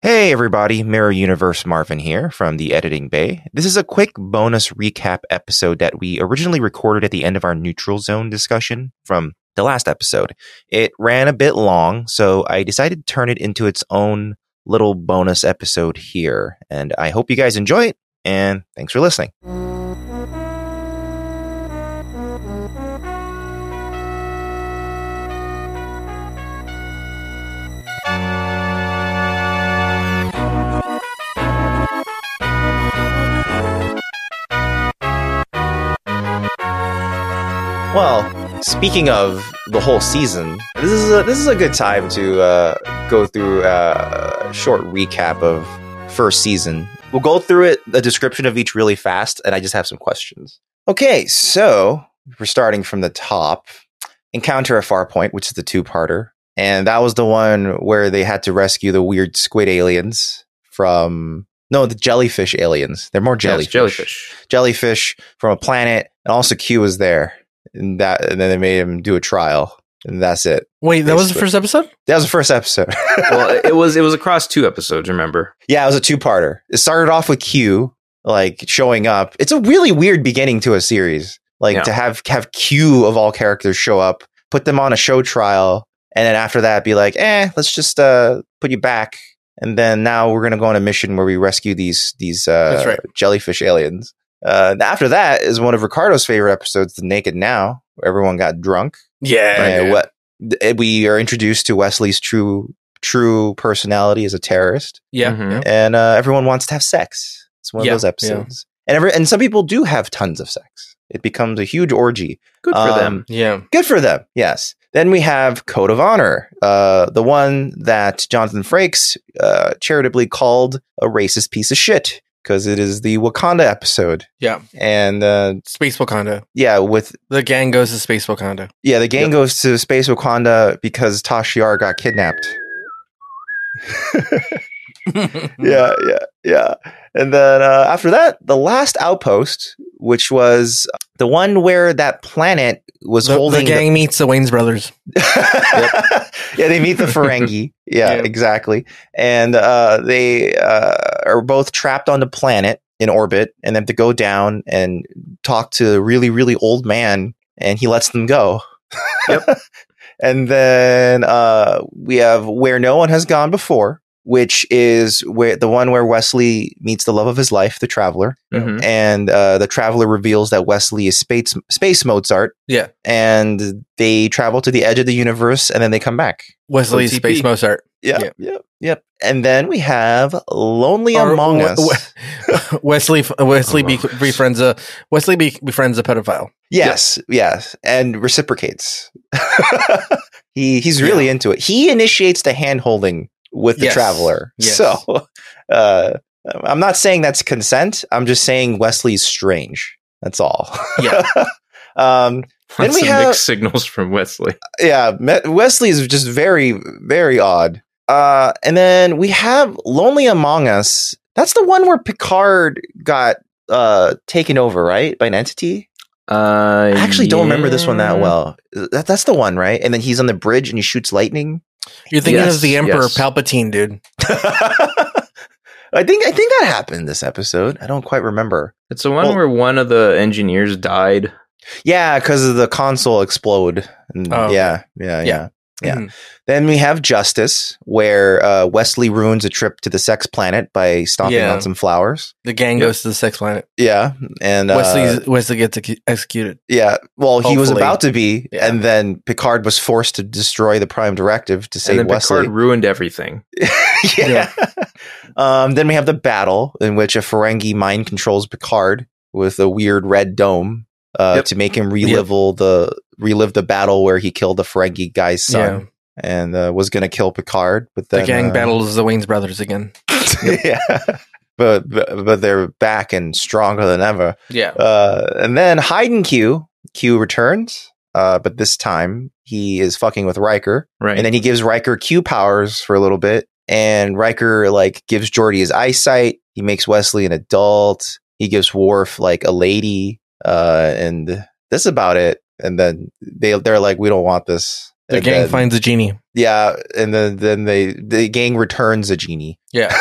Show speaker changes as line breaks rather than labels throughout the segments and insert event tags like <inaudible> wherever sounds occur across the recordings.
Hey everybody, Mirror Universe Marvin here from the Editing Bay. This is a quick bonus recap episode that we originally recorded at the end of our neutral zone discussion from the last episode. It ran a bit long, so I decided to turn it into its own little bonus episode here, and I hope you guys enjoy it and thanks for listening. Well, speaking of the whole season, this is a, this is a good time to uh, go through uh, a short recap of first season. We'll go through it, the description of each really fast, and I just have some questions. Okay, so we're starting from the top. Encounter a far point, which is the two parter, and that was the one where they had to rescue the weird squid aliens from no the jellyfish aliens. They're more
Yes,
jellyfish
jellyfish.
jellyfish from a planet, and also Q was there. And that, and then they made him do a trial, and that's it.
Wait, that was the
Basically.
first episode?
That was the first episode.
well, it- it was it was across two episodes. Remember?
yeah, it was a two-parter. It started off with Q like showing up. It's a really weird beginning to a series, like
Yeah.
to have have Q of all characters show up, put them on a show trial, and then after that, be like, eh, let's just uh, put you back. And then now we're gonna go on a mission where we rescue these these uh,
That's right.
jellyfish aliens. Uh, after that is one of Ricardo's favorite episodes, The Naked Now, where everyone got drunk.
Yeah.
And what th- we are introduced to Wesley's true true personality as a terrorist,
Yeah.
Mhm.
and uh, everyone wants to have sex. It's one
Yeah,
of those episodes, and every and some people do have tons of sex. It becomes a huge orgy.
Good for
Um,
them.
Yeah.
Good for them. Yes. Then we have Code of Honor, uh, the one that Jonathan Frakes uh, charitably called a racist piece of shit because it is the Wakanda episode.
Yeah.
And uh,
Space Wakanda.
yeah, with
The gang goes to Space Wakanda.
Yeah, the gang
Yep.
goes to Space Wakanda because Tosh Yar got kidnapped. <laughs>
<laughs>
yeah, yeah, yeah. And then uh, after that, the last outpost, which was uh, the one where that planet was
The, the
holding. the-
gang meets the Wayne's brothers.
yeah, they meet the <laughs> Ferengi. Yeah,
Yep.
exactly. And uh, they uh, are both trapped on the planet in orbit and they have to go down and talk to a really, really old man, and he lets them go. Yep. <laughs> and then uh, we have Where No One Has Gone Before, which is where the one where Wesley meets the love of his life, the Traveler
Mm-hmm.
Mhm.
and uh, the traveler reveals that Wesley is space space Mozart.
Yeah.
and they travel to the edge of the universe, and then they come back.
Wesley's
OTP.
Space Mozart. <laughs>
Yeah,
Yeah.
yep, yep. And then we have Lonely
Or
Among
we-
Us.
we- Wesley Wesley be, befriends a Wesley be, befriends a pedophile.
<laughs> yes, yes, and reciprocates. <laughs> he he's really into it. He initiates the hand holding with the
Yes.
traveler.
Yes.
So, <laughs> uh, I'm not saying that's consent. I'm just saying Wesley's strange. That's all.
Yeah.
<laughs> um, Then
Lots
we
of
have-
mixed signals from Wesley.
yeah, Me- Wesley is just very, very odd. Uh, and then we have Lonely Among Us. That's the one where Picard got uh, taken over, right, by an entity.
Uh,
I actually don't remember this one that well. That, that's the one, right? And then he's on the bridge and he shoots lightning.
You're thinking
Yes,
of the Emperor
yes.
Palpatine, dude.
I think I think that happened this episode. I don't quite remember.
It's the one
Well-
where one of the engineers died.
Yeah, because the console explode. And
Oh,
yeah, yeah, yeah, yeah,
Mhm.
Then we have Justice, where uh, Wesley ruins a trip to the sex planet by stomping
Yeah.
on some flowers.
The gang
Yep.
goes to the sex planet.
Yeah, and uh,
Wesley's, Wesley gets ex- executed.
Yeah, well, he was
Hopefully.
about to be,
Yeah.
and then Picard was forced to destroy the Prime Directive to
and
save
then
Wesley.
<laughs>
Picard ruined everything.
yeah. Um, then we have the battle in which a Ferengi mind controls Picard with a weird red dome uh,
Yep.
to make him relive all the relive the battle where he killed the Ferengi guy's son
Yeah.
and uh, was going to kill Picard. But then,
the gang
uh,
battles the Wayne's brothers again.
<laughs> yeah. But, but but they're back and stronger than ever.
Yeah.
Uh, and then Haydn Q Q returns, uh, but this time he is fucking with Riker.
Right.
And then he gives Riker Q powers for a little bit. And Riker like gives Geordi his eyesight. He makes Wesley an adult. He gives Worf like a lady. Uh, and that's about it. And then they they're like, we don't want this.
The
And
gang
then-
finds a genie.
Yeah, and then then they the gang returns a genie.
Yeah.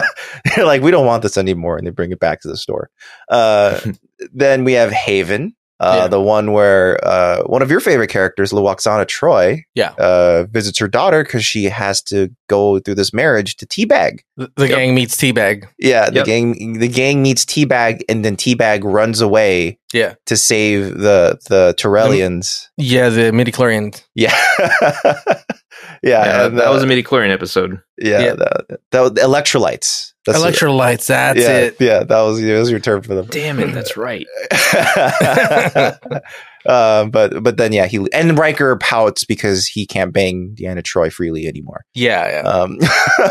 <laughs> They're like, we don't want this anymore, and they bring it back to the store. Uh, then we have Haven, uh,
Yeah.
the one where uh, one of your favorite characters, Luoxana Troy,
Yeah.
uh, visits her daughter because she has to go through this marriage to Teabag.
The the
Yep.
gang meets Teabag.
Yeah, the
Yep.
gang the gang meets Teabag, and then Teabag runs away.
Yeah. Mm-hmm.
to save the the Torellians.
Yeah, the midichlorians.
Yeah. yeah, <laughs>
Yeah,
and,
that
uh,
was a midi chlorine episode.
yeah,
Yeah.
That, that was electrolytes. That's it.
Electrolytes, that's
yeah,
it.
Yeah, that was, that was your term for
<laughs>
<laughs> them.
Damn it, that's right.
um, but but then yeah, he and Riker pouts because he can't bang Deanna Troy freely anymore.
Yeah, yeah.
Um, <clears throat> <laughs>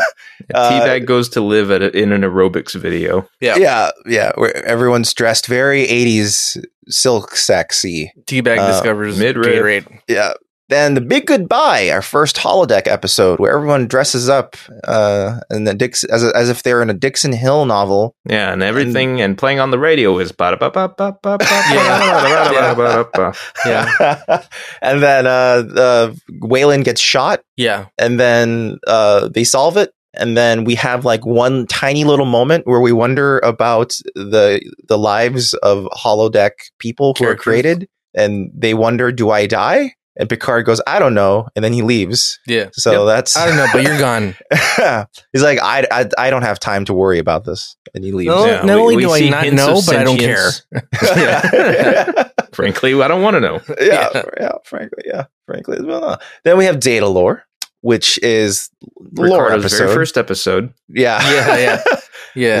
Uh,
Teabag goes to live at a, in an aerobics video.
Yeah.
yeah, yeah. Where everyone's dressed very eighties silk sexy.
Teabag
Uh,
discovers
mid-riff.
Gatorade.
Yeah. Then the big goodbye, our first holodeck episode, where everyone dresses up uh, and the Dix as, as if they're in a Dixon Hill novel.
Yeah, and everything and, playing on the radio is ba da ba ba ba ba ba <laughs>
Yeah.
ba ba ba
Yeah.
<laughs> and then uh, uh, Waylon gets shot.
Yeah.
and then uh, they solve it and then we have like one tiny little moment where we wonder about the the lives of holodeck people who
Characters.
are created and they wonder do i die and picard goes i don't know and then he leaves
Yeah.
so that's
I don't know, but you're gone.
<laughs> he's like I, I i don't have time to worry about this and he leaves
No,
Yeah,
not
we- <laughs>
only
we
do I
see
not
hints
know,
of
but I don't care.
sentience.
<laughs>
yeah.
Frankly, I don't want to know.
yeah,
Yeah.
yeah, frankly, yeah, frankly. as well. Then we have Data Lore, which is lore
Ricardo's
episode.
very first episode.
yeah,
Yeah, yeah. Yeah.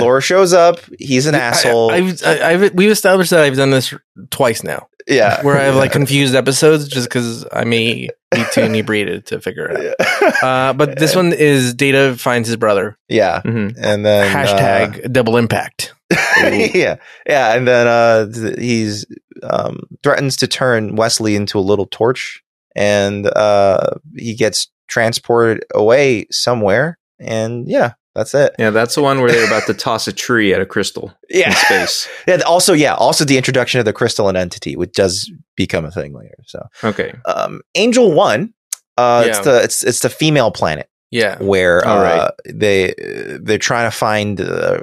<laughs> Lore shows up. He's an asshole.
I, uh, I've, I, I've, we've established that I've done this twice now,
<laughs> yeah,
where I have like confused episodes just because I may need to inebriated to figure it out.
yeah,
Uh, but this one is Data finds his brother.
yeah.
Mhm.
and then uh,
Hashtag double impact.
<laughs> yeah, yeah, and then uh, th- he's um, threatens to turn Wesley into a little torch, and uh, he gets transported away somewhere, and yeah, that's it.
Yeah, that's the one where they're about to toss a tree at a crystal
<laughs>
in space.
yeah. Also, yeah, also the introduction of the crystalline entity, which does become a thing later. So,
Okay.
um, Angel One, uh, it's
Yeah.
the it's it's the female planet.
Yeah. Oh,
where
All
uh,
right.
they they're trying to find uh,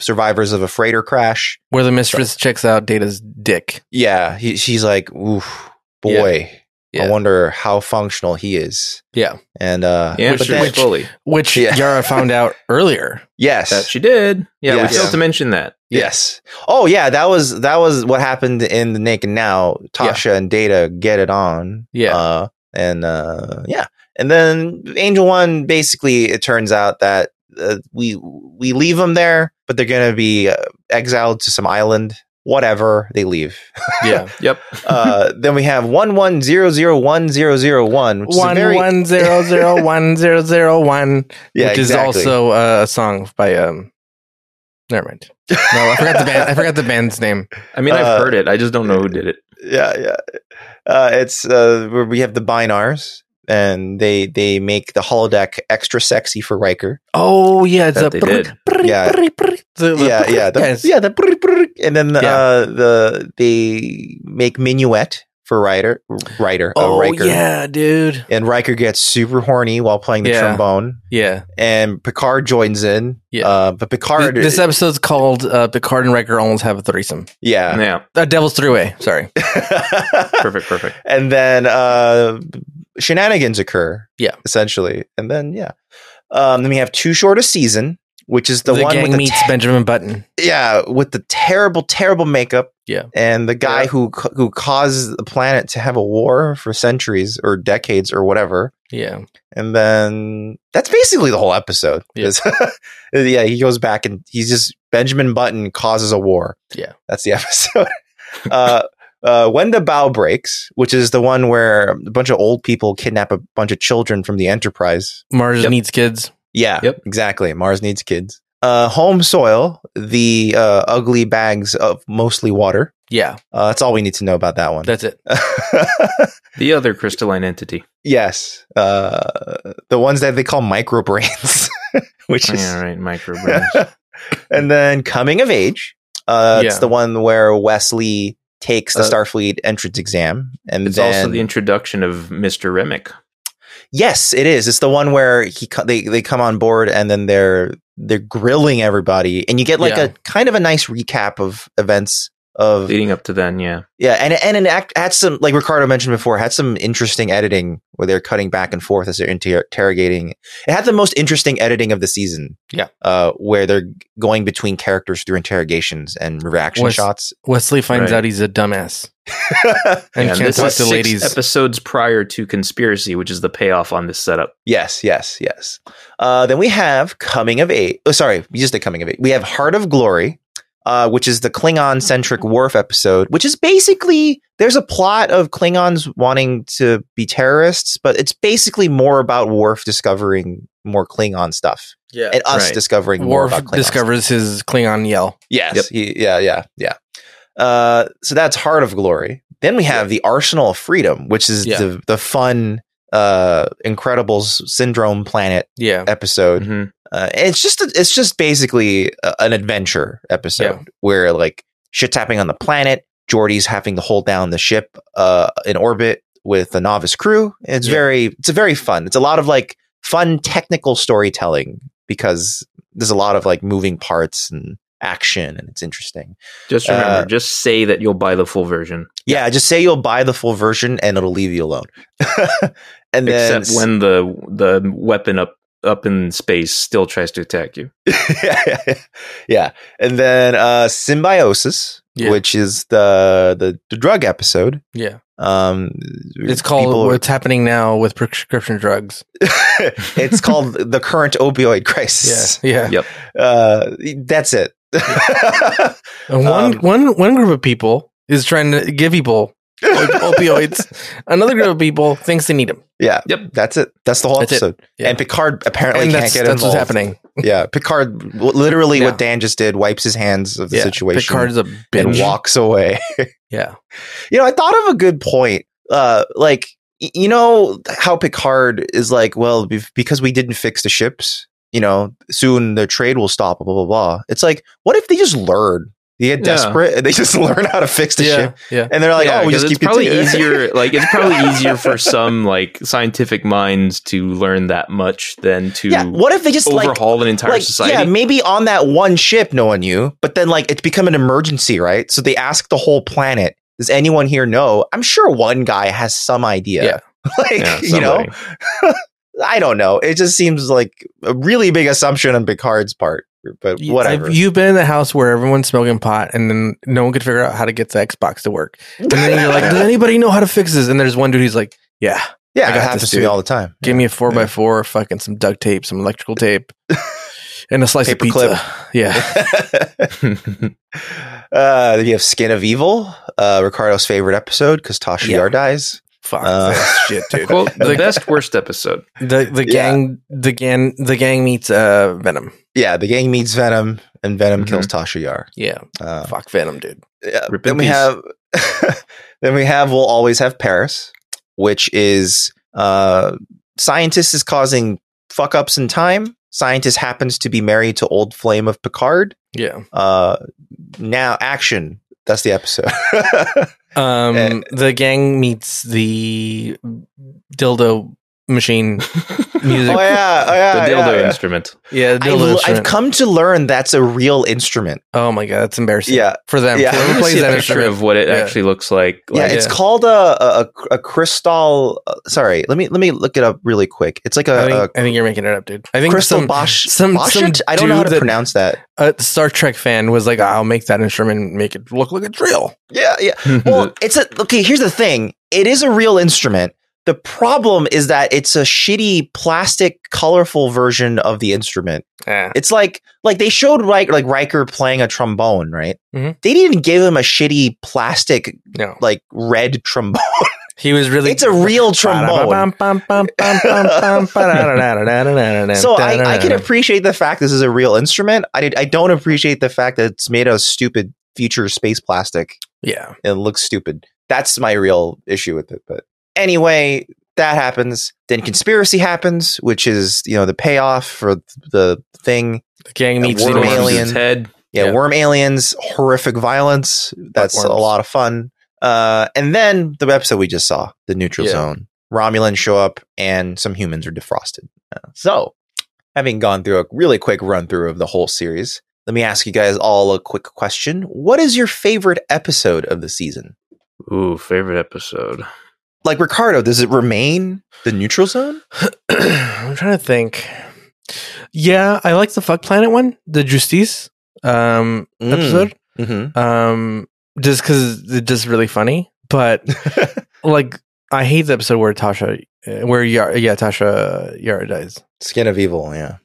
survivors of a freighter crash.
Where the mistress checks out Data's dick.
Yeah, he, she's like, "Oof, boy,
Yeah.
I wonder how functional he is."
Yeah.
and uh,
Yeah,
Which-
sure,
which-
fully.
Which
Yeah.
Yara found out earlier.
yes,
That she did. Yeah,
Yeah.
we failed to mention that.
yes. Oh yeah, that was that was what happened in the Naked Now. Tasha and Data get it on.
Yeah.
uh, and uh, yeah, and then Angel One. Basically, it turns out that. Uh, we we leave them there, but they're gonna be uh, exiled to some island. Whatever, they
<laughs>
leave.
Yeah.
Yep.
uh, then we have one one zero zero one zero zero one, <laughs> which is a
one
very
one zero
<laughs>
zero one zero zero one,
yeah,
which
exactly.
is also uh, a song by um. Never mind. No, I forgot the band. I forgot the band's name.
I mean, I've
Uh,
heard it. I just don't know who did it.
yeah, yeah. Uh, it's uh, where we have the binars, and they they make the holodeck extra sexy for Riker.
Oh yeah, it's
That they
a
did.
Yeah. Yeah, yeah, the,
yes.
yeah. The brr, brr, and then the,
Yeah.
uh, the they make minuet for Riker, Riker,
Oh
uh, Riker.
yeah, dude.
And Riker gets super horny while playing the
Yeah.
trombone,
Yeah.
and Picard joins in.
Yeah.
uh, but Picard,
This episode's called uh, "Picard and Riker Almost Have a Threesome." <laughs>
yeah,
yeah.
Uh, Devil's Three Way. Sorry.
Perfect. Perfect.
<laughs> and then uh shenanigans occur
Yeah.
essentially and then yeah um then we have too short a season which is the, one with
gang
the
meets
te-
Benjamin Button.
yeah with the terrible terrible makeup
Yeah.
and the guy
Yeah.
who ca- who caused the planet to have a war for centuries or decades or whatever
Yeah.
and then that's basically the whole episode
Yeah.
Is- <laughs> yeah he goes back and he's just benjamin button causes a war
Yeah.
that's the <laughs> episode uh uh, when the bow breaks, which is the one where a bunch of old people kidnap a bunch of children from the Enterprise.
Mars
Yep.
needs kids.
Yeah,
Yep.
exactly. Mars needs kids. Uh, home soil, the uh, ugly bags of mostly water.
Yeah,
Uh, that's all we need to know about that one.
that's it.
The other crystalline entity.
<laughs> yes, uh, the ones that they call micro brains, <laughs> which is
Oh, Yeah,
<laughs>
right. Microbrains.
and then coming of age. Uh, It's
Yeah.
the one where Wesley takes the
Uh,
Starfleet entrance exam, and
It's
then
also the introduction of Mr. Remick.
yes, it is. It's the one where he co- they they come on board, and then they're they're grilling everybody, and you get like
Yeah.
a kind of a nice recap of events of
Leading up to then, yeah.
yeah, and and an act had some like Ricardo mentioned before had some interesting editing where they're cutting back and forth as they're inter- interrogating. It had the most interesting editing of the season.
Yeah.
uh, where they're going between characters through interrogations and reaction
Was-
shots. <laughs>
Wesley finds
Right.
out he's a dumbass and
Yeah, and
can't
this
talk
is
to
six
ladies.
episodes prior to Conspiracy, which is the payoff on this setup.
Yes, yes, yes. Uh, then we have Coming of Eight. Oh, sorry, we just did Coming of Eight. We have Heart of Glory, uh, which is the Klingon centric Worf episode, which is basically there's a plot of Klingons wanting to be terrorists, but it's basically more about Worf discovering more Klingon stuff
yeah,
and us
Right.
discovering more about
Worf
Klingon. stuff.
discovers his Klingon yell.
Yes.
Yep.
He- yeah. Yeah. Yeah. Uh, so that's Heart of Glory. Then we have the Arsenal of Freedom, which is
Yeah.
the the fun, uh, Incredibles syndrome planet
Yeah,
episode.
Mhm.
Uh, and it's just a, it's just basically a, an adventure episode
Yeah.
where like shit's happening on the planet. Geordie's having to hold down the ship uh, in orbit with the novice crew. It's
Yeah.
very it's a very fun. It's a lot of like fun technical storytelling because there's a lot of like moving parts and action and it's interesting.
Just remember,
Uh,
just say that you'll buy the full version.
Yeah, just say you'll buy the full version and it'll leave you alone. <laughs> and then
Except when the the weapon up up in space still tries to attack you.
yeah, yeah, yeah. <laughs> yeah. And then uh, symbiosis,
Yeah.
which is the, the the drug episode.
yeah.
Um,
It's called
people-
"What's Happening Now with Prescription Drugs."
<laughs> it's called the current opioid
Yeah,
crisis.
yeah.
Uh, that's it. <laughs>
And one
Um,
one one group of people is trying to give people op- opioids. Another group of people thinks they need them.
yeah.
Yep.
That's it. That's the whole
That's it.
episode.
Yeah.
And Picard apparently
and
can't
that's,
get
that's what's
involved.
happening.
Yeah, Picard w- literally
Yeah.
what Dan just did wipes his hands of the
Yeah,
situation
Picard's a
and
bitch.
walks away. <laughs>
Yeah,
You know, I thought of a good point. Uh, like y- you know how Picard is like, well, be- because we didn't fix the ships, you know, soon the trade will stop. Blah blah blah. It's like, what if they just learn? They get
Yeah.
desperate and they just <laughs> learn how to fix the
yeah,
ship,
yeah.
and they're like,
Yeah,
oh, we
'cause
just
it's
keep
probably
continuing.
easier. Like it's probably easier for some like scientific minds to learn that much than
<laughs>
to
yeah. What if they just like
overhaul an entire
like,
society.
Yeah, maybe on that one ship, no one knew, but then like it's become an emergency, right? So they ask the whole planet, does anyone here know? I'm sure one guy has some idea.
Yeah.
<laughs> Like,
Yeah,
you know,
somebody.
I don't know. It just seems like a really big assumption on Picard's part, but
You-
whatever.
I've- you've been in the house where everyone's smoking pot, and then no one could figure out how to get the Xbox to work. And then you're like,
<laughs>
"Does anybody know how to fix this?" And there's one dude who's like, "Yeah,
yeah,
I
it
got
happens
this,
to me
dude.
all the
<laughs>
time. <laughs>
give me a four by four, fucking some duct tape, some electrical tape, and a slice
Paper
of pizza."
<laughs>
Yeah,
<laughs>
uh, you have Skin of Evil, uh, Ricardo's favorite episode because Tasha
Yeah.
Yar dies.
fuck
Uh,
that shit, dude.
Quote, the
Like-
best
<laughs>
worst episode.
The the
Yeah.
gang the gang the gang meets uh Venom.
Yeah, the gang meets Venom, and Venom
Mhm.
Mm-hmm.
kills Tasha Yar.
Yeah,
Uh,
fuck Venom, dude.
Yeah,
Rip
then
in
we
peace.
have <laughs> then we have we'll always have Paris, which is uh scientist is causing fuck ups in time. Scientist happens to be married to old flame of Picard.
Yeah.
Uh now action. That's the
<laughs>
episode.
Um,
Eh.
the gang meets the dildo machine music.
oh yeah, oh yeah.
the dildo
yeah, yeah.
instrument.
yeah,
I've,
dildo.
I've
instrument.
come to learn that's a real instrument.
oh my god, that's embarrassing.
Yeah.
for them.
Yeah.
Yeah. Whoever plays
See a
that
picture
instrument.
of what it
Yeah.
actually looks like.
yeah,
like
it's called a a, a crystal. Uh, sorry, let me let me look it up really quick. It's like
I,
a,
think,
a
I think you're making it up, dude. I think
crystal
some
Bosch.
some-
Bosch?
some
I don't know how
dude
to
that-
pronounce that.
a Star Trek fan was like, "I'll make that instrument, and make it look like it's real."
Yeah, yeah.
<laughs>
Well,
well,
it's a okay. Here's the thing: it is a real instrument. The problem is that it's a shitty plastic, colorful version of the instrument.
Yeah,
It's like like they showed like like Riker playing a trombone, right?
Mhm.
They didn't give him a shitty plastic
no,
like red trombone.
he was really.
It's a real trombone. So I, I can appreciate the fact this is a real instrument. I did, I don't appreciate the fact that it's made out of stupid future space plastic.
yeah.
it looks stupid. That's my real issue with it. But anyway, that happens. Then conspiracy happens, which is you know the payoff for the thing.
The gang
The
meets
worm
the
alien.
head.
Yeah,
Yeah.
worm aliens, horrific violence. That's a
Buckworms.
lot of fun. Uh, and then the episode we just saw, the neutral
Yeah.
zone, Romulans show up and some humans are defrosted. Uh, so, having gone through a really quick run through of the whole series, let me ask you guys all a quick question. What is your favorite episode of the season?
Ooh, favorite episode.
Like Ricardo, does it remain the neutral zone?
<clears throat> I'm trying to think. Yeah, I like the fuck planet one, the Justice um,
Mm.
episode.
Mm-hmm.
Um, just because it's just really funny.
<laughs>
But like, I hate the episode where Tasha, uh, where Yara, yeah, Tasha Yara dies.
<laughs> Skin of Evil, yeah.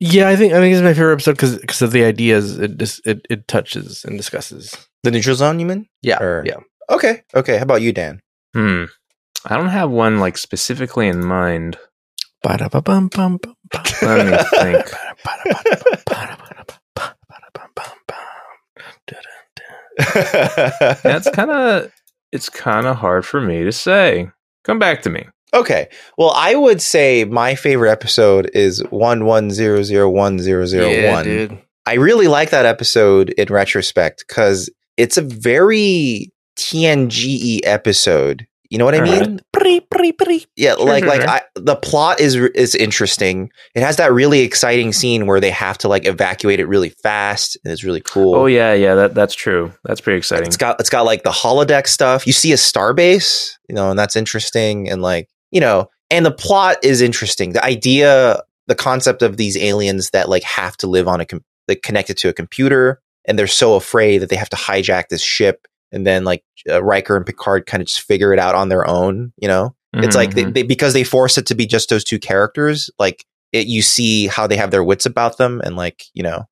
Yeah, I think I think it's my favorite episode because of the ideas it dis- it it touches and discusses.
The neutral zone, you mean?
Yeah,
Or-
yeah.
Okay, okay. How about you, <laughs> Dan?
Hmm. I don't have one like specifically in mind.
<laughs>
Ba-da-ba-bum-bum-bum-bum.
Let me think. That's kind of it's kind of hard for me to say. Come back to me.
Okay. Well, I would say my favorite episode is one one zero zero one zero zero one.
dude.
I really like that episode in retrospect because it's a very TNGE E episode. You know what I
All
mean?
right.
Pretty, pretty, pretty.
Yeah, like
sure,
like
sure.
I, the plot is is interesting. It has that really exciting scene where they have to like evacuate it really fast, and it's really cool.
Oh yeah, yeah, that that's true. That's pretty exciting.
It's got it's got like the holodeck stuff. You see a starbase, you know, and that's interesting. And like you know, and the plot is interesting. The idea, the concept of these aliens that like have to live on a com- like connected to a computer, and they're so afraid that they have to hijack this ship, and then like uh, Riker and Picard kind of just figure it out on their own. You know, it's like they,
Mm-hmm,
Mhm.
they, because they force it to be just those two characters like it, you see how they have their wits about them and like you know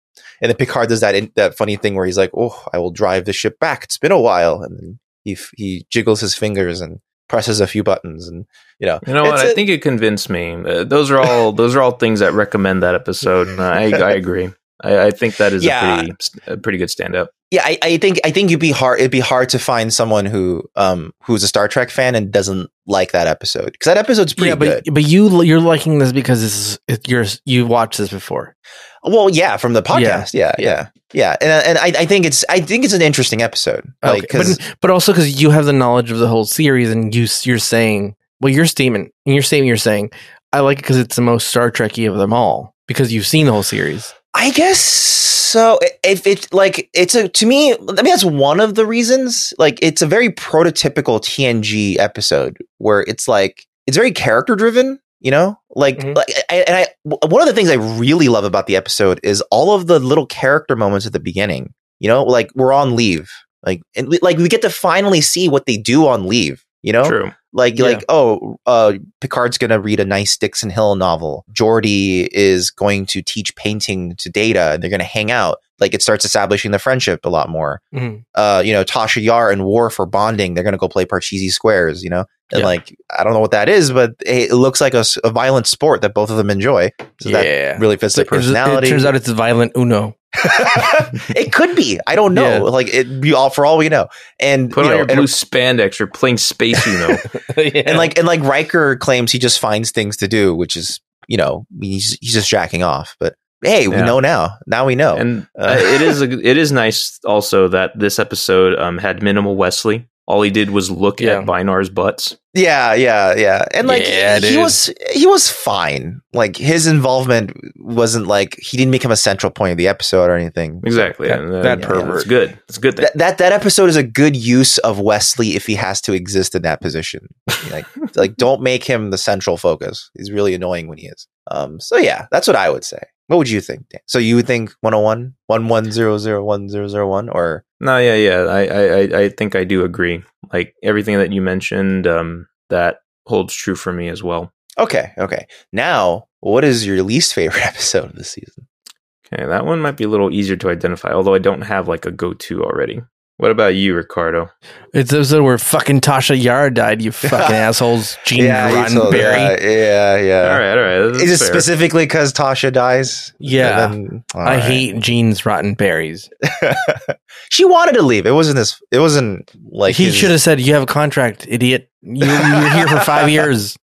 and then picard does that in, that funny thing where he's like oh i will drive the ship back it's been a while and then he f- he jiggles his fingers and presses a few buttons and you know
Mm-hmm. you know what?
it's
I
a-
think it convinced me. Uh, those are all those are all things that recommend that episode. And I
<laughs>
I agree. I, I think that is
Yeah.
a pretty a pretty good stand up.
yeah I, I think i think you'd be hard it'd be hard to find someone who um who's a star trek fan and doesn't like that episode because that episode's pretty
Yeah,
good
but but you you're liking this because this is it, you're you watched this before.
well yeah from the podcast yeah yeah yeah, and, and I, I think it's i think it's an interesting episode like
Okay.
'cause-
but, but also because you have the knowledge of the whole series and you s- you're saying well you're steaming and you're saying you're saying I like it because it's the most Star Trekky of them all because you've seen the whole series.
I guess so. I- If it like it's a to me, I mean that's one of the reasons. Like it's a very prototypical TNG episode where it's like it's very character driven. You know, like,
Mhm.
like I, and I w- one of the things I really love about the episode is all of the little character moments at the beginning. You know, like we're on leave, like and we, like we get to finally see what they do on leave. You know,
True.
like
Yeah.
like oh uh Picard's gonna read a nice Dixon Hill novel. Geordi is going to teach painting to Data and they're gonna hang out. Like it starts establishing the friendship a lot more. Uh, you know, Tasha Yar and Worf are bonding. They're gonna go play Parcheesi Squares, you know? And
Yeah.
like I don't know what that is, but it it looks like a, s- a violent sport that both of them enjoy. So that
yeah.
really fits
So
their
it- It,
personality. It, <laughs>
turns out it's violent Uno.
could be. I don't know.
<laughs> Yeah.
Like it be all for all we know. And
Put
you
on
know,
your
and-
blue spandex. You're playing space. You
<laughs>
know.
and like and like Riker claims he just finds things to do, which is you know he's he's just jacking off. But hey, we
Yeah.
know now. Now we know.
and
Uh.
uh, it is a, it is nice also that this episode um, had minimal Wesley. All he did was look
Yeah.
at Vinar's butts.
yeah, yeah, yeah. And like
Yeah,
he
dude.
was he was fine. Like his involvement wasn't like he didn't become a central point of the episode or anything.
Exactly.
That-
And, uh,
that
yeah,
pervert.
It's good. It's a good thing.
That, that that episode is a good use of Wesley if he has to exist in that position.
<laughs>
Like like don't make him the central focus. He's really annoying when he is. Um so yeah, that's what I would say. What would you think? Dan? So you would think 101 11001001 or
No, yeah, yeah. I, I, I- I think I do agree. Like everything that you mentioned, um, that holds true for me as well.
Okay, okay. Now, what is your least favorite <laughs> episode of the season?
Okay, that one might be a little easier to identify, although I don't have like a go-to already. What about you, Ricardo?
It's the episode where fucking Tasha Yara died.
<laughs>
You fucking assholes, Gene
you told-
Roddenberry.
yeah, yeah.
All right, all right.
Uh, Is it
that's fair.
specifically because Tasha dies?
Yeah.
Then- all
I
right.
hate Gene's rotten berries.
she wanted to leave. It wasn't this. It wasn't like
Like he
his-
should have said, "You have a contract, idiot.
<laughs>
You, you're here for five years."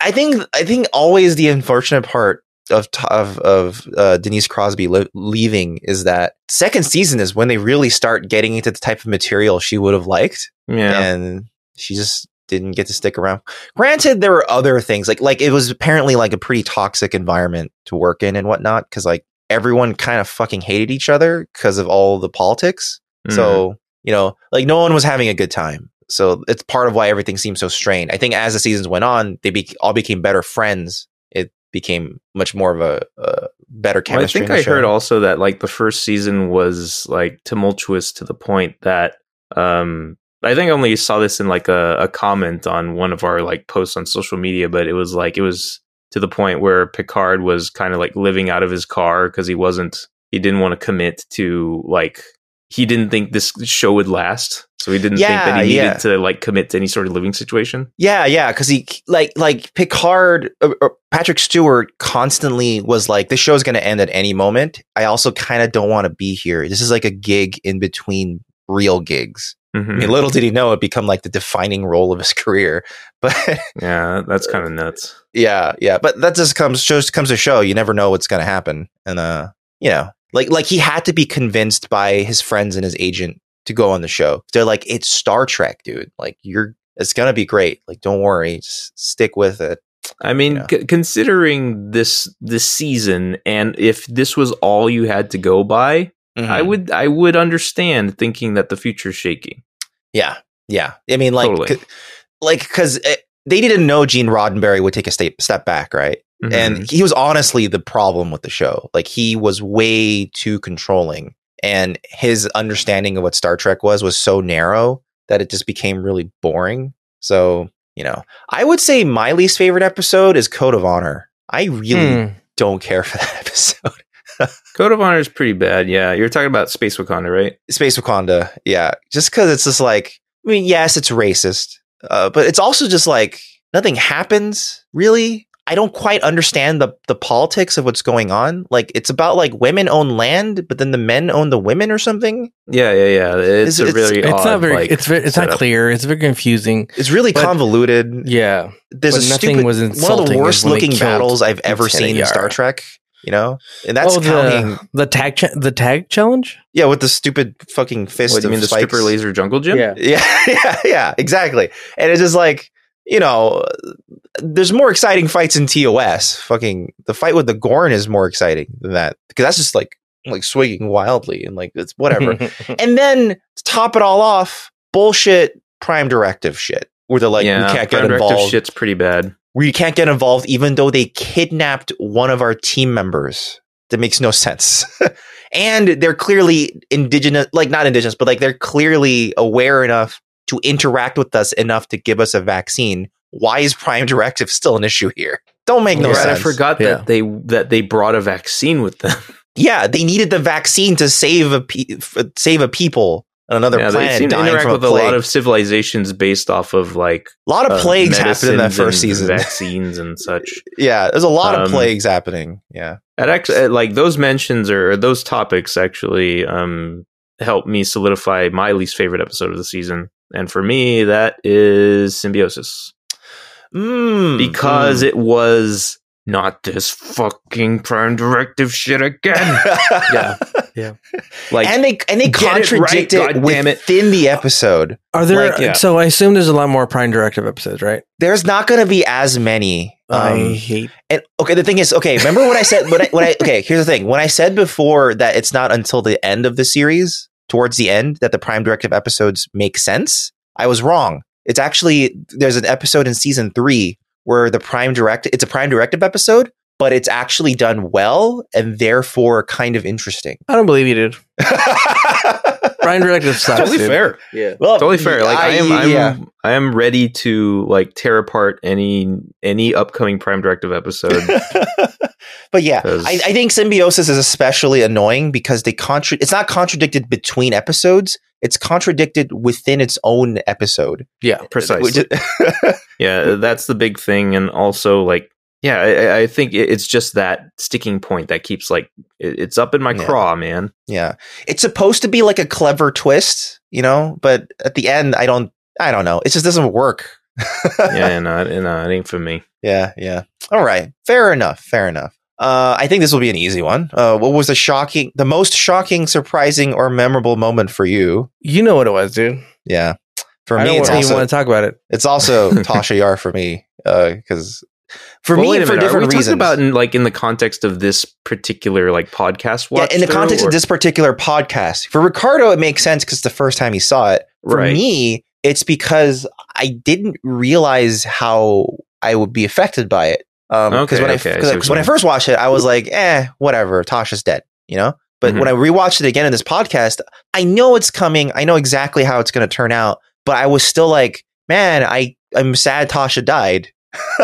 I think. I think always the unfortunate part of t- of of uh, Denise Crosby le- leaving is that second season is when they really start getting into the type of material she would have liked,
Yeah.
and she just didn't get to stick around. Granted, there were other things like like it was apparently like a pretty toxic environment to work in and whatnot because like everyone kind of fucking hated each other because of all the politics.
Mm-hmm.
So, you know, like no one was having a good time. So it's part of why everything seemed so strained. I think as the seasons went on, they be- all became better friends. It became much more of a, a better
Well, I
chemistry.
think
in the
I
show.
heard also that like the first season was like tumultuous to the point that um I think I only saw this in like a, a comment on one of our like posts on social media, but it was like it was to the point where Picard was kind of like living out of his car because he wasn't he didn't want to commit to like he didn't think this show would last. So he didn't think
Yeah,
that he needed
yeah.
to like commit to any sort of living situation.
Yeah, yeah, because he like like Picard, uh, uh, Patrick Stewart constantly was like, "This show's going to end at any moment." I also kind of don't want to be here. This is like a gig in between real gigs. I
Mhm.
mean, little did he know it become like the defining role of his <laughs> career. But
Yeah, that's kind of nuts.
Yeah, yeah, but that just comes just comes to show you never know what's going to happen, and uh, you know, like like he had to be convinced by his friends and his agent to go on the show. They're like, it's Star Trek, dude. Like you're, it's gonna be great. Like don't worry, just stick with it.
I mean,
Yeah.
c- considering this this season, and if this was all you had to go by, I
Mm-hmm.
would I would understand thinking that the future's shaking.
yeah, yeah. I mean, like,
Totally.
'cause- like because they didn't know Gene Roddenberry would take a step step back, right?
Mhm.
and he was honestly the problem with the show like he was way too controlling and his understanding of what star trek was was so narrow that it just became really boring so you know i would say my least favorite episode is code of honor i really
Hmm.
don't care <laughs> for that episode
Code of Honor is pretty bad. Yeah, you're talking about Space Wakanda, right?
space wakanda yeah just because it's just like i mean yes it's racist uh, but it's also just like nothing happens really i don't quite understand the, the politics of what's going on like it's about like women own land but then the men own the women or something
Yeah, yeah, yeah.
It's-
It's, a
it's-
really
It's
odd,
not very.
like,
it's very, it's not
setup.
clear. It's very confusing.
it's really
But-
convoluted
Yeah,
there's
but
a
nothing
stupid
was
one of the
insulting is
worst
when they
looking
killed-
battles i've ever
Lieutenant
seen in star
Yara.
trek you know and that's
oh,
counting
the, the tag cha- the tag challenge.
yeah with the stupid fucking fist
What do you
of
mean the
spikes.
stripper laser jungle gym?
Yeah, <laughs> yeah, yeah, exactly. And it's just like, you know, there's more exciting fights in TOS. Fucking the fight with the Gorn is more exciting than that because that's just like like swinging wildly and like it's
<laughs>
whatever. and then to top it all off, bullshit prime directive shit where they're like
yeah,
we can't get
Prime Directive
involved.
Shit's pretty bad.
We can't get involved even though they kidnapped one of our team members. That makes no sense. <laughs> and they're clearly indigenous, like not indigenous, but like they're clearly aware enough to interact with us enough to give us a vaccine. Why is Prime Directive still an issue here? Don't make no
Right, I
sense.
forgot
Yeah.
that they that they brought a vaccine with them.
Yeah, they needed the vaccine to save a pe- f- save a people on another
yeah, they
planet
seem to
dying
interact
from a
with a
plague.
lot of civilizations based off of like
of plagues
uh,
happened in that
medicines
first
and
season.
Vaccines and such.
<laughs> yeah, there's a lot of
Um,
plagues happening. Yeah.
That actually, like those mentions or, or those topics actually um, helped me solidify my least favorite episode of the season. And for me, that is Symbiosis
Mm,
because it was not this fucking Prime Directive
<laughs>
shit again.
mm.
<laughs> Yeah. like,
and they and they
Get it right,
contradict it,
goddamn it.
within the episode.
<laughs> Are there?
Like, yeah.
So I assume there's a lot more Prime Directive episodes, right?
There's not going to be as many.
I
Um,
hate.
and okay, the thing is, okay, remember what I said? When I, when I okay, here's the thing. When I said before that it's not until the end of the series, towards the end, that the Prime Directive episodes make sense. I was wrong. It's actually there's an episode in season three where the Prime Direct it's a Prime Directive episode, but it's actually done well and therefore kind of
<laughs>
interesting.
I don't believe you, dude.
<laughs>
Prime Directive sucks.
totally
dude.
fair.
Yeah.
well,
Totally fair. Like I, am, I'm,
yeah. <laughs>
I am ready to like tear apart any any upcoming Prime
<laughs>
Directive episode.
but yeah,
'Cause-
I, I think symbiosis is especially annoying because they contra- it's not contradicted between episodes. It's contradicted within its own episode.
Yeah.
Precisely.
Which <laughs> is-
Yeah, uh, that's the big thing, and also like, yeah, I- I, I think it- it's just that sticking point that keeps like it- it's up in my
Yeah.
craw, man.
yeah. It's supposed to be like a clever twist, you know, but at the end I don't I don't know. It just doesn't work. <laughs>
Yeah, and uh, and uh, it ain't for me.
Yeah, yeah. All right. Fair enough. Fair enough. Uh, I think this will be an easy one. Uh, what was the shocking, the most shocking, surprising, or memorable moment for you?
You know what it was, dude.
Yeah, for
I
me,
don't
it's
even
also
want to talk about it.
it's <laughs> also Tasha Yar for me uh, because for
Well,
me
wait
and
a
for
minute, are we
different
talking
reasons.
about in, like in the context of this particular like podcast.
yeah, in the
watch-through,
context
or-
of this particular podcast, for Ricardo, it makes sense because the first time he saw it. For
Right.
me, it's because I didn't realize how I would be affected by it. Um, because
Okay,
when, I,
okay, I see
cause,
what
I- 'cause
you
when I
mean.
first watched it, I was like, eh, whatever, Tasha's dead, you know? But
Mm-hmm.
when I rewatched it again in this podcast, I know it's coming. I know exactly how it's going to turn out. But I was still like, man, I, I'm sad Tasha died. <laughs>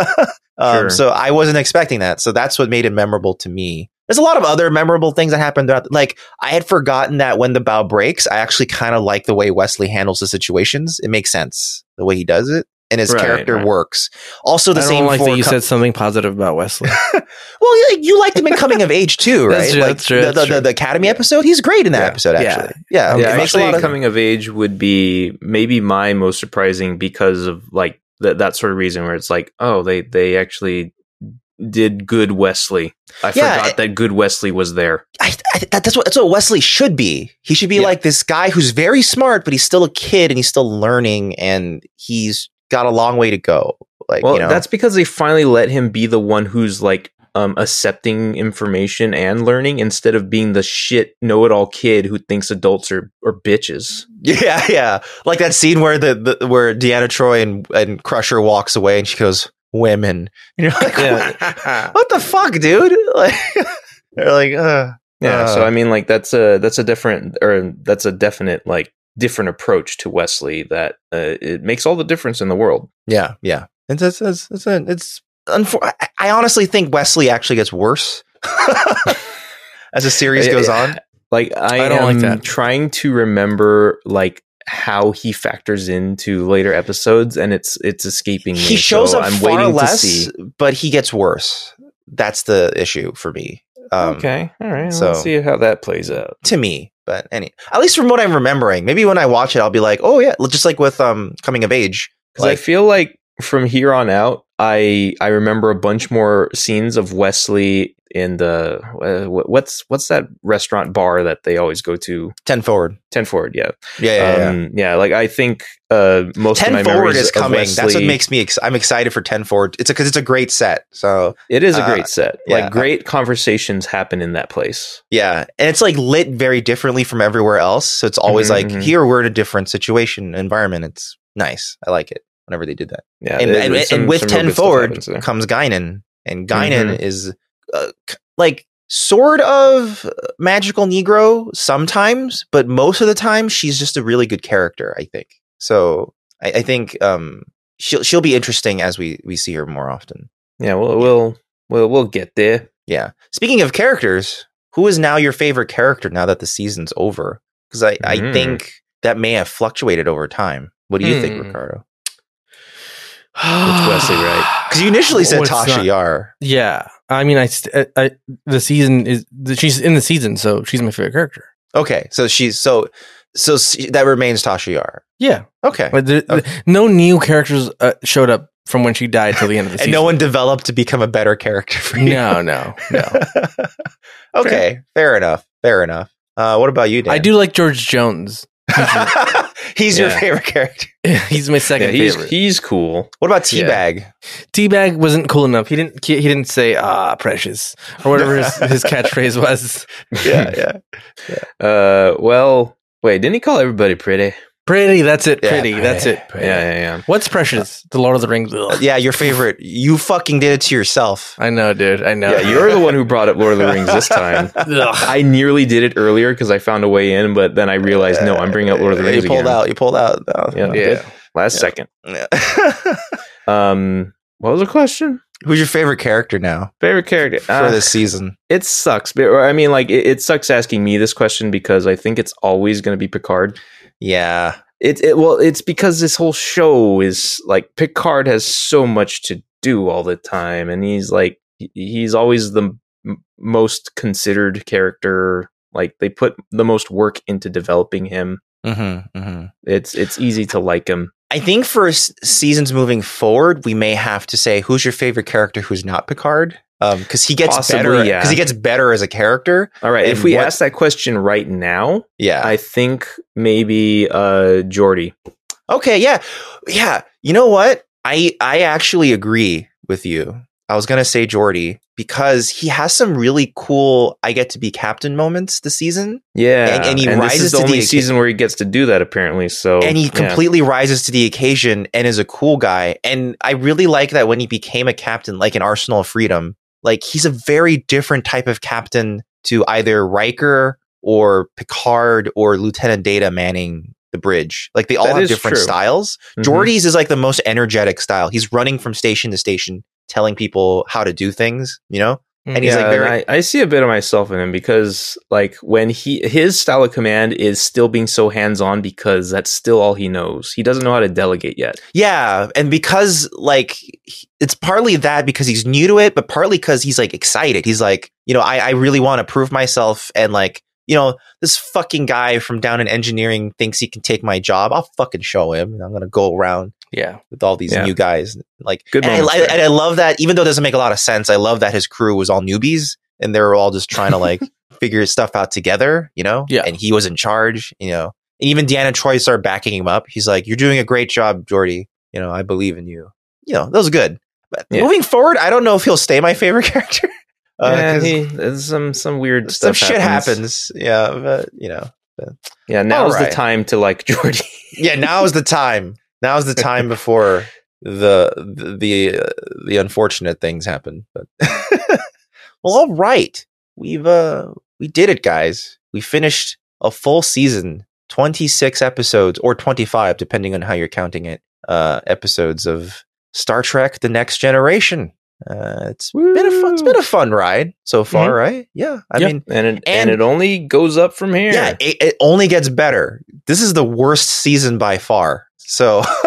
um,
Sure.
So I wasn't expecting that. So that's what made it memorable to me. There's a lot of other memorable things that happened throughout. Like I had forgotten that when the bow breaks, I actually kind of like the way Wesley handles the situations. It makes sense the way he does it, and his
Right,
character
right.
works. Also, the
I don't
same.
like
four
that you
co-
said something positive about Wesley.
<laughs> well, yeah, you liked him in Coming
<laughs>
of Age too, right?
That's true,
Like,
that's true,
the,
that's
the-
true.
the- the Academy episode, he's great in that
Yeah.
episode.
Yeah.
Actually, yeah,
Okay,
yeah,
it makes a
actually,
lot of
coming of age would be maybe my most surprising because of like that that sort of reason where it's like, oh, they they actually did good Wesley. I
Yeah,
forgot
it-
that good Wesley was there.
I, I, that, that's what that's what Wesley should be. He should be
Yeah.
like this guy who's very smart, but he's still a kid and he's still learning, and he's got a long way to go. Like,
well,
you know,
that's because they finally let him be the one who's like um accepting information and learning instead of being the shit know-it-all kid who thinks adults are are bitches.
yeah, <laughs> yeah. Like that scene where the, the where Deanna Troy and and Crusher walks away, and she goes, "Women," and you're <laughs> like, <laughs>
<laughs>
Yeah.
"What the fuck, dude?" <laughs> Like, they're like, Ugh.
Yeah,
Uh.
so I mean, like that's a that's a different or that's a definite like different approach to Wesley that uh, it makes all the difference in the world.
Yeah, yeah. It's it's it's it's, it's unfor- I, I honestly think Wesley actually gets worse <laughs> as the series
Yeah,
goes
yeah.
on.
Like I,
I don't
am
like that.
trying to remember like how he factors into later episodes, and it's it's escaping me.
He shows
so
up
I'm
far
waiting
less,
to see.
but he gets worse. That's the issue for me. Um,
okay, all right.
so-
let's see how that plays out.
to me. But any, at least from what I'm remembering, maybe when I watch it, I'll be like, oh yeah, just like with um coming of age.
Because I
Like,
feel like from here on out, I I remember a bunch more scenes of Wesley in the uh, wh- what's what's that restaurant bar that they always go to.
ten forward.
Ten forward, yeah,
Yeah, yeah, yeah.
um, yeah. Like I think uh, most of my
Ten forward
memories
is
of
coming. That's what
Wesley-
makes me. Ex- I'm excited for ten forward. It's because it's a great set. So
it is a
uh,
great set.
yeah.
like great conversations happen in that place.
yeah, and it's like lit very differently from everywhere else. So it's always
Mhm,
like
mhm.
here we're in a different situation environment. It's nice. I like it whenever they did that.
Yeah,
and,
there-
and,
there's some-
and with
some real
10
good stuff
forward
happens Mm-hmm. there.
comes Guinan, and Guinan is uh, k- like sort of magical Negro sometimes, but most of the time she's just a really good character, I think. So I, I think um, she'll she'll be interesting as we we see her more often.
yeah, we'll, we'll we'll we'll get there.
Yeah. Speaking of characters, who is now your favorite character now that the season's over? Because I, I
Mm.
think that may have fluctuated over time. What do you think,
Hmm.
Ricardo? <sighs>
it's
Wesley, right?
Because you initially said
Well, it's
Tasha
not-
Yar.
<gasps> Yeah, I mean, I, st- I, I the season is the, she's in the season, so she's my favorite character.
Okay, so she's so so she, that remains Tasha Yar.
Yeah,
Okay,
but the, the- no new characters uh, showed up from when she died till the end of
<laughs>
the
and
season.
no one developed to become a better character for you.
no, no, no.
<laughs> okay, fair. enough. Fair enough. Uh, what about you, Dan? <laughs>
I do like George Jones.
he's your
Yeah.
favorite character.
he's my
Yeah,
second
he's
favorite.
he's cool.
What about
Yeah.
Teabag?
Teabag wasn't cool enough. He didn't. He, he didn't say "ah, precious" or
<laughs>
whatever his, his catchphrase was.
Yeah, yeah.
Uh, well, wait, didn't he call everybody pretty?
Pretty. That's it.
Yeah,
Pretty. that's
pretty,
it.
Yeah, yeah, yeah.
What's precious? The Lord of the Rings. Ugh.
yeah, your favorite. You fucking did it to yourself.
I know, dude. I know.
Yeah, you're the one who brought up Lord of the Rings this time.
<laughs> Ugh.
<laughs> I nearly did it earlier because I found a way in, but then I realized no, I'm bringing up Lord of the
Uh,
Rings
You pulled
again.
out. You pulled out. uh, No,
Yeah.
no.
Yeah.
last
Yeah.
second.
Yeah.
Um, what was the question?
<laughs> Who's your favorite character now
Favorite character?
for
Ah,
this season?
It sucks, but I mean, like, it, it sucks asking me this question because I think it's always going to be Picard.
Yeah,
It, it well, it's because this whole show is like Picard has so much to do all the time, and he's like he- he's always the m- most considered character. Like they put the most work into developing him.
mm-hmm, mm-hmm.
It's it's easy to like him.
I think for s- seasons moving forward, we may have to say who's your favorite character who's not Picard because he gets
Possibly,
better because
yeah.
he gets better as a character.
All right.
And
If we
what-
ask that question right now,
Yeah.
I think maybe uh Jordy.
okay. Yeah. Yeah. You know what? I I actually agree with you. I was gonna say Jordy because he has some really cool I get to be captain moments this season,
Yeah.
And- and he
this
rises
is the
to
only
the occa-
season where he gets to do that apparently. So
and he
yeah.
completely rises to the occasion and is a cool guy. And I really like that when he became a captain, like in Arsenal of Freedom, like he's a very different type of captain to either Riker or Picard or Lieutenant Data Manning the bridge. Like they all
That
have
is
different
true.
styles.
Mhm.
Jordy's is like the most energetic style. He's running from station to station, telling people how to do things, you know?
Mm,
And he's
yeah,
like
and
very
I, I see a bit of myself in him because like when he his style of command is still being so hands on because that's still all he knows. He doesn't know how to delegate yet.
Yeah, and because like he- it's partly that because he's new to it, but partly because he's like excited. He's like, you know, I, I really want to prove myself, and like, you know, this fucking guy from down in engineering thinks he can take my job. I'll fucking show him, and I'm gonna go around
yeah.
with all these
Yeah.
new guys. Like,
Good
and I,
moments
li-
there.
and I love that, even though it doesn't make a lot of sense. I love that his crew was all newbies, and they were all just
<laughs>
trying to like figure stuff out together, you know.
Yeah.
and he was in charge, you know. And even Deanna Troy started backing him up. He's like, "You're doing a great job, Jordy. You know, I believe in you. You know, that was good." But
Yeah.
moving forward, I don't know if he'll stay my favorite <laughs> character. Uh,
yeah,
'cause
he, there's some some weird
some
stuff.
shit happens. Yeah, but you know,
Yeah, now's
Alright.
the time to like <laughs> Jordy.
yeah. Now's the time. Now's the time before the the the, uh, the unfortunate things happen. But <laughs> well, all right, we've uh we did it, guys. We finished a full season, twenty six episodes or twenty five, depending on how you're counting it. Uh, episodes of Star Trek: The Next Generation. Uh, it's been a fun, it's been a fun ride so far, right? Yeah, I
Yeah.
mean,
and it, and,
And-
it only goes up from here.
yeah, it, it only gets better. This is the worst season by far. So <laughs>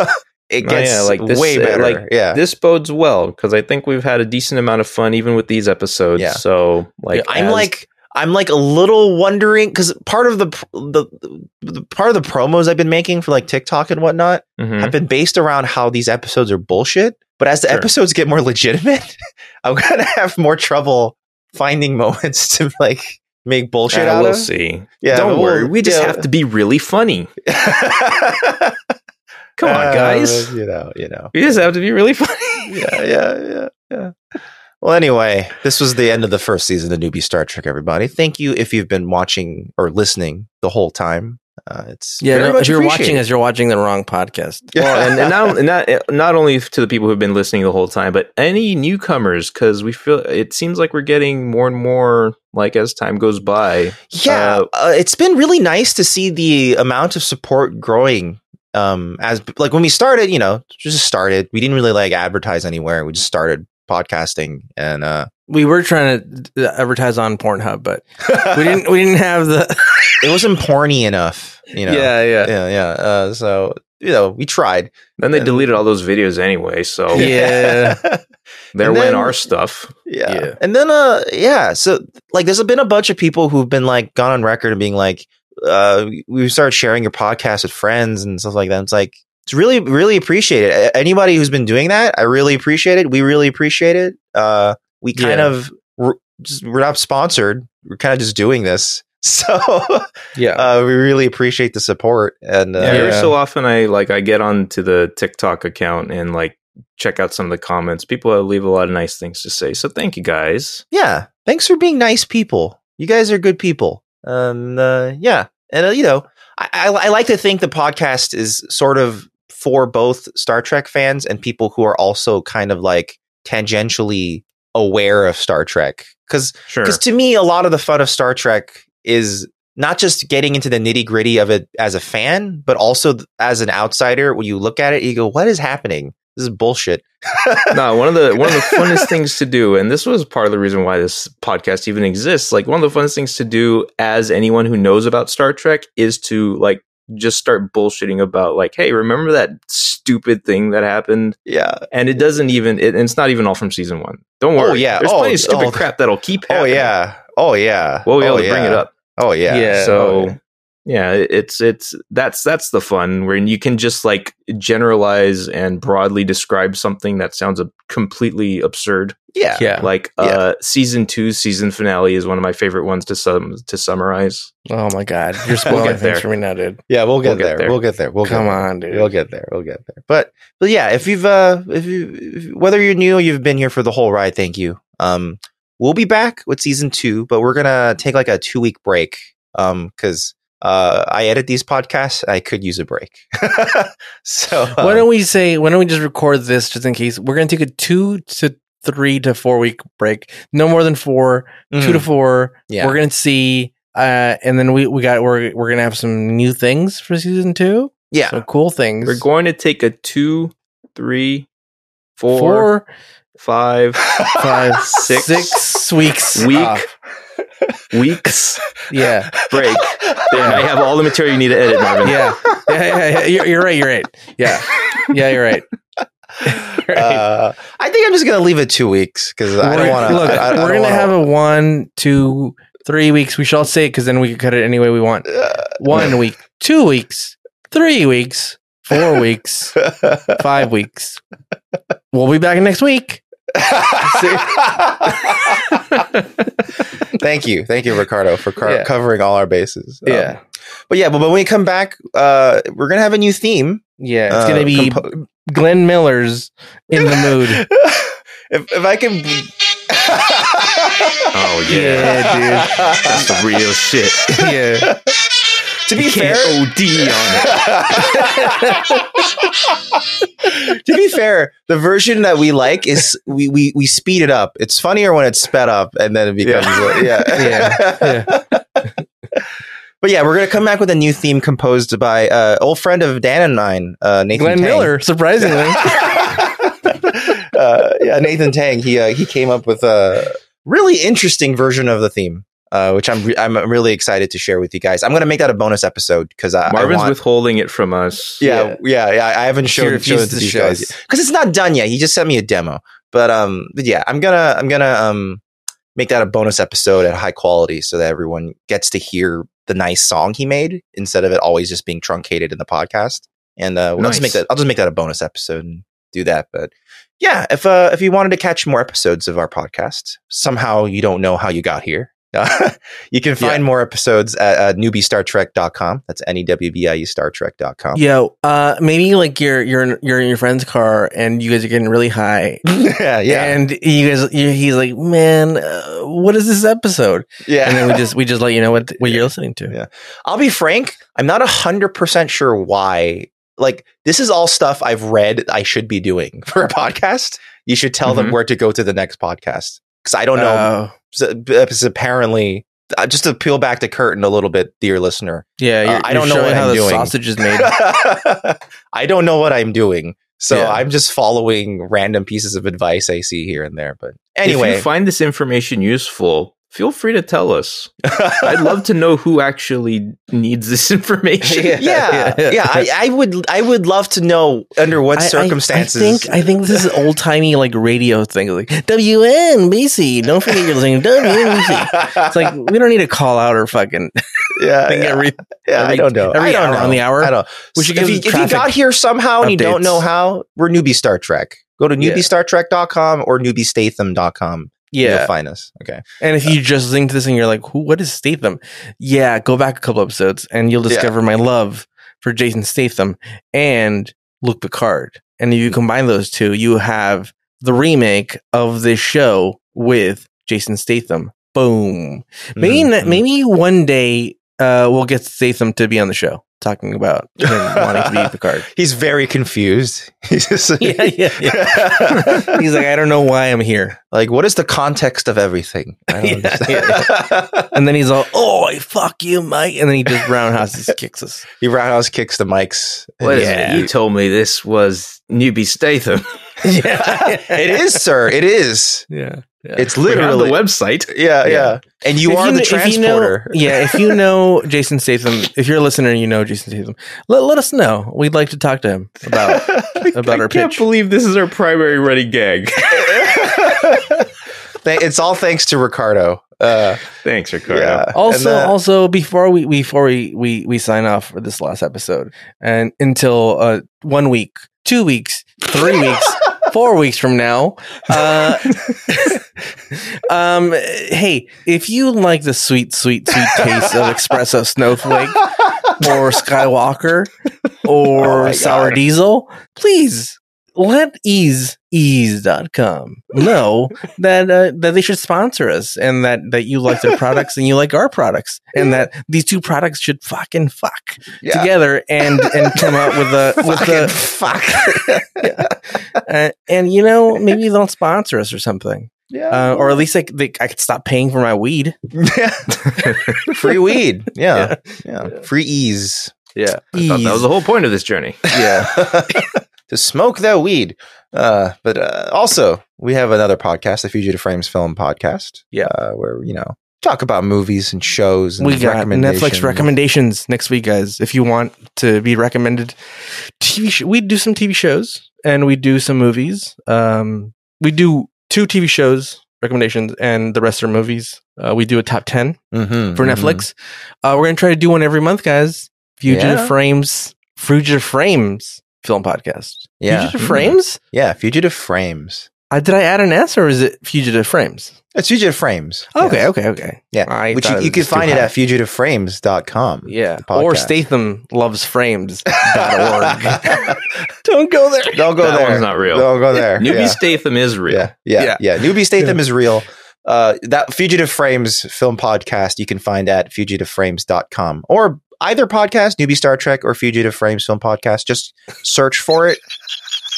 it
Oh,
gets
yeah, like this-
way
uh,
better.
like
yeah.
This bodes well because I think we've had a decent amount of fun even with these episodes.
Yeah.
So like
Yeah, I'm
as-
like I'm like a little wondering because part of the, pr- the the part of the promos I've been making for like TikTok and whatnot
Mhm.
have been based around how these episodes are bullshit. But as the
Sure.
episodes get more legitimate, <laughs> I'm gonna have more trouble finding <laughs> moments to like make bullshit
Uh,
out
we'll
of.
see.
Yeah,
Don't
but we'll-
worry, we just
yeah.
have to be really funny.
<laughs>
Come on,
Uh,
guys.
You know, you know.
We just have to be really funny.
yeah, yeah, yeah, yeah. Well, anyway, this was the end of the first season of Newbie Star Trek. Everybody, thank you if you've been watching or listening the whole time. Uh, it's
Yeah.
very
no,
much
if you're watching
appreciated.
us, you're watching the wrong podcast.
<laughs>
well, and, and not, and not eh, not only to the people who've been listening the whole time, but any newcomers because we feel it seems like we're getting more and more like as time goes by.
yeah, uh, it's been really nice to see the amount of support growing. Um, as like when we started, you know, just started. We didn't really like advertise anywhere. We just started podcasting, and uh,
We were trying to uh, advertise on Pornhub, but we didn't. We didn't have the.
It wasn't porny enough, you know.
<laughs>
yeah.
yeah, yeah. Uh, so you know, we tried.
Then they
And-
deleted all those videos anyway, so
Yeah.
<laughs>
there
And
went
then-
our stuff.
Yeah.
Yeah.
And then uh yeah, so like there's been a bunch of people who've been like gone on record and being like uh we started sharing your podcast with friends and stuff like that. It's like it's really really appreciated. A- Anybody who's been doing that, I really appreciate it. We really appreciate it. Uh we kind
Yeah.
of we're, just, we're not sponsored. We're kind of just doing this. <laughs> So
Yeah.
uh we really appreciate the support and uh,
Yeah, every
Yeah.
so often I like I get onto the TikTok account and like check out some of the comments. People uh, leave a lot of nice things to say. So thank you guys.
yeah, thanks for being nice people. You guys are good people. Um, uh, yeah, and uh, you know, I, I, I like to think the podcast is sort of for both Star Trek fans and people who are also kind of like tangentially aware of Star Trek. Because
Sure.
to me, a lot of the fun of Star Trek is not just getting into the nitty gritty of it as a fan, but also th- as an outsider. When you look at it, you go, "What is happening? This is bullshit."
no, one of the one of the funnest things to do, and this was part of the reason why this podcast even exists. Like one of the funnest things to do as anyone who knows about Star Trek is to like just start bullshitting about like, hey, remember that stupid thing that happened?
yeah.
And it doesn't even it, it's not even all from season one. Don't
Oh,
worry.
yeah.
There's
Oh,
plenty of stupid
oh.
crap that'll keep
Oh
happening.
yeah. Oh yeah.
We'll be able
oh,
to bring
yeah.
it up.
Oh yeah.
Yeah.
So
Oh, yeah.
yeah it- it's it's that's that's the fun where you can just like generalize and broadly describe something that sounds a- completely absurd
Yeah.
Yeah.
like uh season two season finale is one of my favorite ones to sum to summarize
Oh my
<laughs>
god, you're
We'll
spoiling
get
things
there.
for me now, dude.
Yeah, we'll get, there. We'll get there. We'll
Come
get
on,
There.
dude.
We'll get there. We'll get there. But but yeah, if you've uh if you if, whether you're new or you've been here for the whole ride, thank you. Um we'll be back with season 2, but we're going to take like a 2 week break um cuz uh I edit these podcasts, I could use a break. <laughs> so um,
why don't we say? Why don't we just record this just in case? We're gonna take a two to three to four week break. No more than 4
mm,
Two to four.
yeah.
We're gonna see. Uh, and then we, we got we're we're gonna have some new things for season two.
yeah.
Some cool things.
we're going to take a two three four
Four,
five
<laughs>
five,
six
six weeks.
Week.
off.
weeks
Yeah.
<laughs>
break there i have all the material you need to edit Marvin.
Yeah. Yeah, yeah, yeah. You're, you're right. You're right.
<laughs>
Yeah. Yeah, you're right. Right.
Uh, I think I'm just gonna leave it two weeks because I don't
We're-
want to.
Look,
I, I
we're
don't
gonna
wanna- <laughs>
have a one, two, three weeks. We shall say because then we can cut it any way we want.
<laughs>
One week, two weeks, three weeks,
<laughs>
four weeks,
Uh,
five weeks. We'll be back next week.
<laughs> thank you, thank you, Ricardo, for car-
Yeah.
covering all our bases. Um, but yeah, but when we come back, uh, we're gonna have a new theme.
yeah. It's
Uh,
gonna be <laughs>
compo-
Glenn Miller's
<laughs>
in the mood.
if if I can.
oh yeah,
Yeah,
that's the real shit
yeah.
<laughs> to be
You
fair,
can't od on it
to be fair, the version that we like is we, we we speed it up. It's funnier when it's sped up, and then it becomes uh, yeah.
<laughs> Yeah,
<laughs> But yeah, we're gonna come back with a new theme composed by uh, old friend of Dan and mine, uh, Nathan
<laughs> Glenn
Tang.
Miller,
<laughs>
surprisingly.
uh, yeah, Nathan Tang. He uh, he came up with a really interesting version of the theme, uh, which I'm re- I'm really excited to share with you guys. I'm gonna make that a bonus episode because I, I
marvin's
want-
withholding it from us
yeah, yeah, yeah. I haven't
She
shown, shown
refuses
it to
to
these
show
guys
us.
because it's not done yet. He just sent me a demo, but um, but yeah, I'm gonna I'm gonna um make that a bonus episode at high quality so that everyone gets to hear the nice song he made instead of it always just being truncated in the podcast. And uh, we'll just make
Nice.
that. I'll just make that a bonus episode and do that. But yeah, if uh, if you wanted to catch more episodes of our podcast, somehow you don't know how you got here. <laughs> you can find more episodes at uh, newbiestartrek.com. That's N E W B I E Star Trek.com.
Yo, uh, maybe like you're you're in, you're in your friend's car and you guys are getting really high.
<laughs> yeah, yeah,
And you guys, you, he's like, man, uh, what is this episode?
yeah.
And then we just we just let you know what what you're listening to.
Yeah. I'll be frank. I'm not hundred percent sure why. Like this is all stuff I've read I should be doing <laughs> for a podcast. You should tell them
Mm-hmm.
Mhm.
where to go to the next podcast because I don't know.
Uh,
So- Because apparently, uh, just to peel back the curtain a little bit, dear listener,
yeah,
Uh,
you're, I don't know
what
how
I'm
the
doing.
sausage is made.
<laughs> I don't know what I'm doing, so
Yeah.
I'm just following random pieces of advice I see here and there. But
if
anyway,
you
<laughs>
find this information useful feel free to tell us I'd love to know who actually needs this <laughs> information.
<laughs> yeah, yeah,
<laughs> Yeah.
I, I would, I would love to know under what
I- I-
circumstances.
I, think I think this is old timey like radio thing. Like WNBC, don't forget you're listening to WNBC.
<laughs>
It's like we don't need to call out or fucking
yeah,
thing
yeah,
<laughs> every.
yeah, I
every-
don't know.
every
I don't
hour
know.
on the hour.
I don't.
We should
if,
give
you, if you
traffic
got here somehow and you don't
updates.
know how, we're newbie Star Trek. Go to
Yeah.
newbiestartrek.com or newbiestatham.com. You'll
Yeah,
find us. Okay.
and if you just link to this and you're like, who? What is Statham? Yeah, go back a couple episodes and you'll
Yeah.
discover my love for Jason Statham and Luke Picard. And if you combine those two, you have the remake of this show with Jason Statham. Boom. Maybe
Mm,
n-
mm.
maybe one day uh, we'll get Statham to be on the show talking about <laughs> him wanting to be Picard.
He's very confused. <laughs> He's just
<laughs> Yeah, yeah, yeah. <laughs> He's like, I don't know why I'm here.
<laughs> like, what is the context of everything? I don't
<laughs> Yeah,
understand.
And then he's all, oh, I fuck you, Mike. And then he just roundhouses kicks us.
<laughs> he roundhouse kicks the mics.
What is
Yeah.
it? You told me this was newbie Statham.
<laughs>
<laughs>
Yeah.
it is, sir. It is.
Yeah. yeah.
It's
We have
literally.
the website.
yeah, yeah,
Yeah.
And you
If
are
kn-
the
if you know-
transporter.
<laughs> yeah, if you know Jason Statham, if you're a listener and you know Jason Statham, let, let us know. We'd like to talk to him
<laughs>
about About
I
our
can't
pitch.
believe this is our primary running gag. <laughs>
Th- it's all thanks to Ricardo. Uh,
Thanks, Ricardo.
yeah.
also
And, uh,
also before we before we, we we sign off for this last episode and until uh one week two weeks
<laughs>
three weeks four weeks from now uh <laughs> um hey if you like the sweet sweet sweet taste of espresso snowflake or skywalker
Oh
or
my
sour
God.
diesel please let ease ease.com know that uh, that they should sponsor us and that that you like their products and you like our products and that these two products should fucking fuck
<laughs> yeah. <laughs>
together and and come out with a with
Fucking
a
fuck. <laughs>
uh, and you know maybe they'll sponsor us or something
yeah. <laughs>
uh, or at least like they, I could stop paying for my weed
Free weed. Yeah. yeah. Free ease.
Yeah. I thought that was the whole point of this journey.
Yeah. <laughs> to smoke that weed. Uh, but uh, also, we have another podcast, the Fugitive Frames Film Podcast.
Yeah.
Uh, where, you know, talk about movies and shows and
we got Netflix
recommendations.
recommendations next week guys if you want to be recommended TV sh- we do some TV shows and we do some movies um we do two TV shows recommendations and the rest are movies uh, we do a top 10
Mhm,
for
mhm.
Netflix. Uh, we're gonna try to do one every month, guys. Fugitive
Yeah.
Frames, Fugitive Frames film podcast.
Yeah.
Fugitive
Mhm.
Frames.
Yeah. Fugitive Frames.
Uh, did I aad an S or is it Fugitive Frames?
It's Fugitive Frames.
Okay,
Yes.
okay, okay.
Yeah.
I
Which you,
thought
you
was
can
just too
find it
high.
at fugitiveframes.com.
yeah, <laughs>
the
or
podcast.
Statham Loves
<laughs>
Frames.org. Don't go there.
Don't go
that
there.
one's not real.
Don't go there.
Newbie
yeah.
Statham is real.
Yeah, yeah, yeah. Newbie Statham is real. Uh, that Fugitive Frames film podcast you can find at fugitiveframes.com or either podcast, Newbie Star Trek or Fugitive Frames film podcast. Just search for it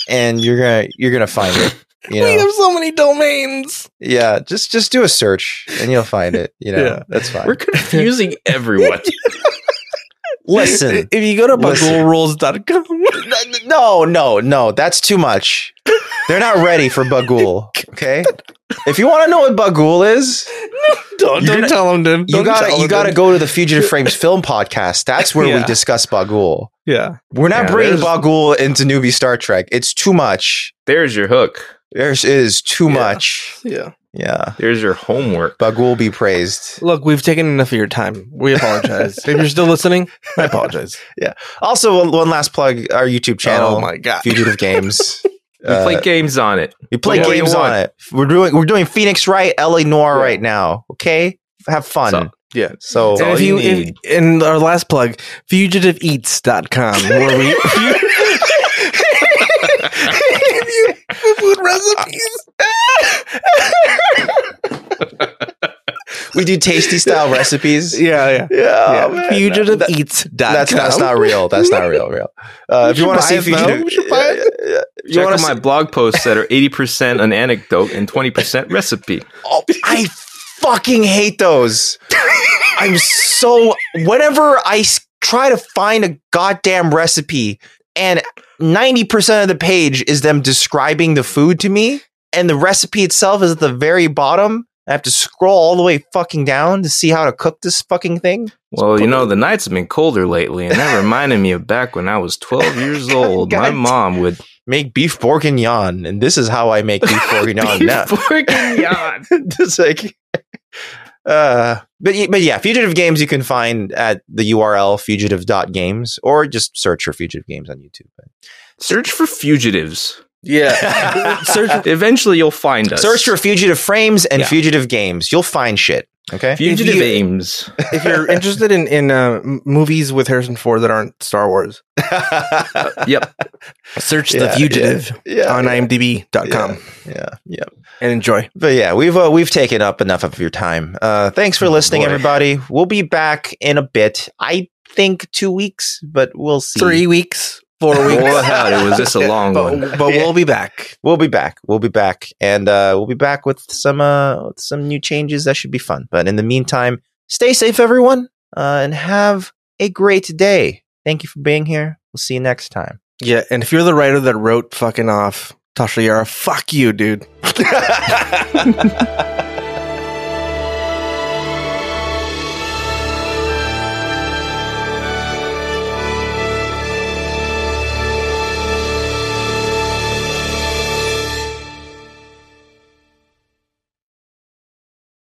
and you're going to you're going to find it,
<laughs>
you
We
know.
have so many domains.
Yeah, just just do a search and you'll find it, you know.
Yeah.
That's fine. <laughs>
We're confusing everyone.
Listen.
If you go to
Listen.
bugglerules.com,
No, no, no. That's too much. They're not ready for Bagul, okay? If you want to know what Bagul is,
<laughs> don't,
You're
don't
not-
tell them. Don't
you
tell
gotta you
them.
gotta go to the Fugitive Frames Film Podcast. That's where we
Yeah.
discuss Bagul.
Yeah.
We're not
Yeah,
bringing
there's-
Bagul into newbie Star Trek. It's too much.
There's your hook.
There's it is too
Yeah.
much.
Yeah.
Yeah,
There's your homework.
Bagul be praised.
Look, we've taken enough of your time. We <laughs> apologize. if you're still listening, I apologize.
Also, one, one last plug: our YouTube channel,
Oh my god.
Fugitive
<laughs>
Games.
We
Uh,
play games on it.
We play
Yeah.
games
Yeah.
on it. We're doing we're doing Phoenix Wright, LA Noir
Yeah.
right now. Okay, have fun.
So-
yeah.
So
And
all
if
you
you, if,
need.
and our last plug, fugitiveeats.com, where <laughs> we food recipes.
we do tasty style recipes.
Yeah, yeah. oh,
Yeah,
yeah.
man.
fugitiveeats.com.
That's that's not real. That's not real. Real. Uh,
We
if you
should
want to
buy
see
it, though.
fugitive,
We should buy it.
Yeah, yeah, yeah. You
Check
want
out
to
my
my?
blog posts that are 80% an anecdote and
<laughs>
20% recipe.
Oh, I fucking hate those. I'm so. Whenever I s- try to find a goddamn recipe, and ninety percent of the page is them describing the food to me, and the recipe itself is at the very bottom. I have to scroll all the way fucking down to see how to cook this fucking thing.
Well, you know, the nights have been colder lately,
<laughs>
and that reminded me of back when I was 12 years old. My
God.
mom
<laughs>
would
Make beef bourguignon, and this is how I make beef bourguignon now.
Bourguignon.
<laughs> just like uh but y- but yeah fugitive games you can find at the url fugitive.games or just search for fugitive games on youtube
Search for fugitives. <laughs>
Yeah. Search
Eventually, you'll find us.
search for fugitive frames and
Yeah.
fugitive games you'll find shit okay
fugitive
if you- <laughs>
aims.
if you're interested in in uh, m- movies with Harrison Ford that aren't Star Wars.
Yep.
Search
Yeah,
The Fugitive
<laughs> yeah
on imdb.com
yeah yeah
and enjoy.
but yeah we've uh, we've taken up enough of your time uh thanks for listening
boy.
everybody we'll be back in a bit i think two weeks but we'll see
Three weeks, four
<laughs>
Boy,
weeks.
howdy, was this a long one?
but, but we'll be back.
we'll be back. We'll be back, and uh, we'll be back with some uh, with some new changes. That should be fun. But in the meantime, stay safe, everyone, uh, and have a great day. Thank you for being here. We'll see you next time.
Yeah, and if you're the writer that wrote fucking off Tasha Yara, fuck you, dude.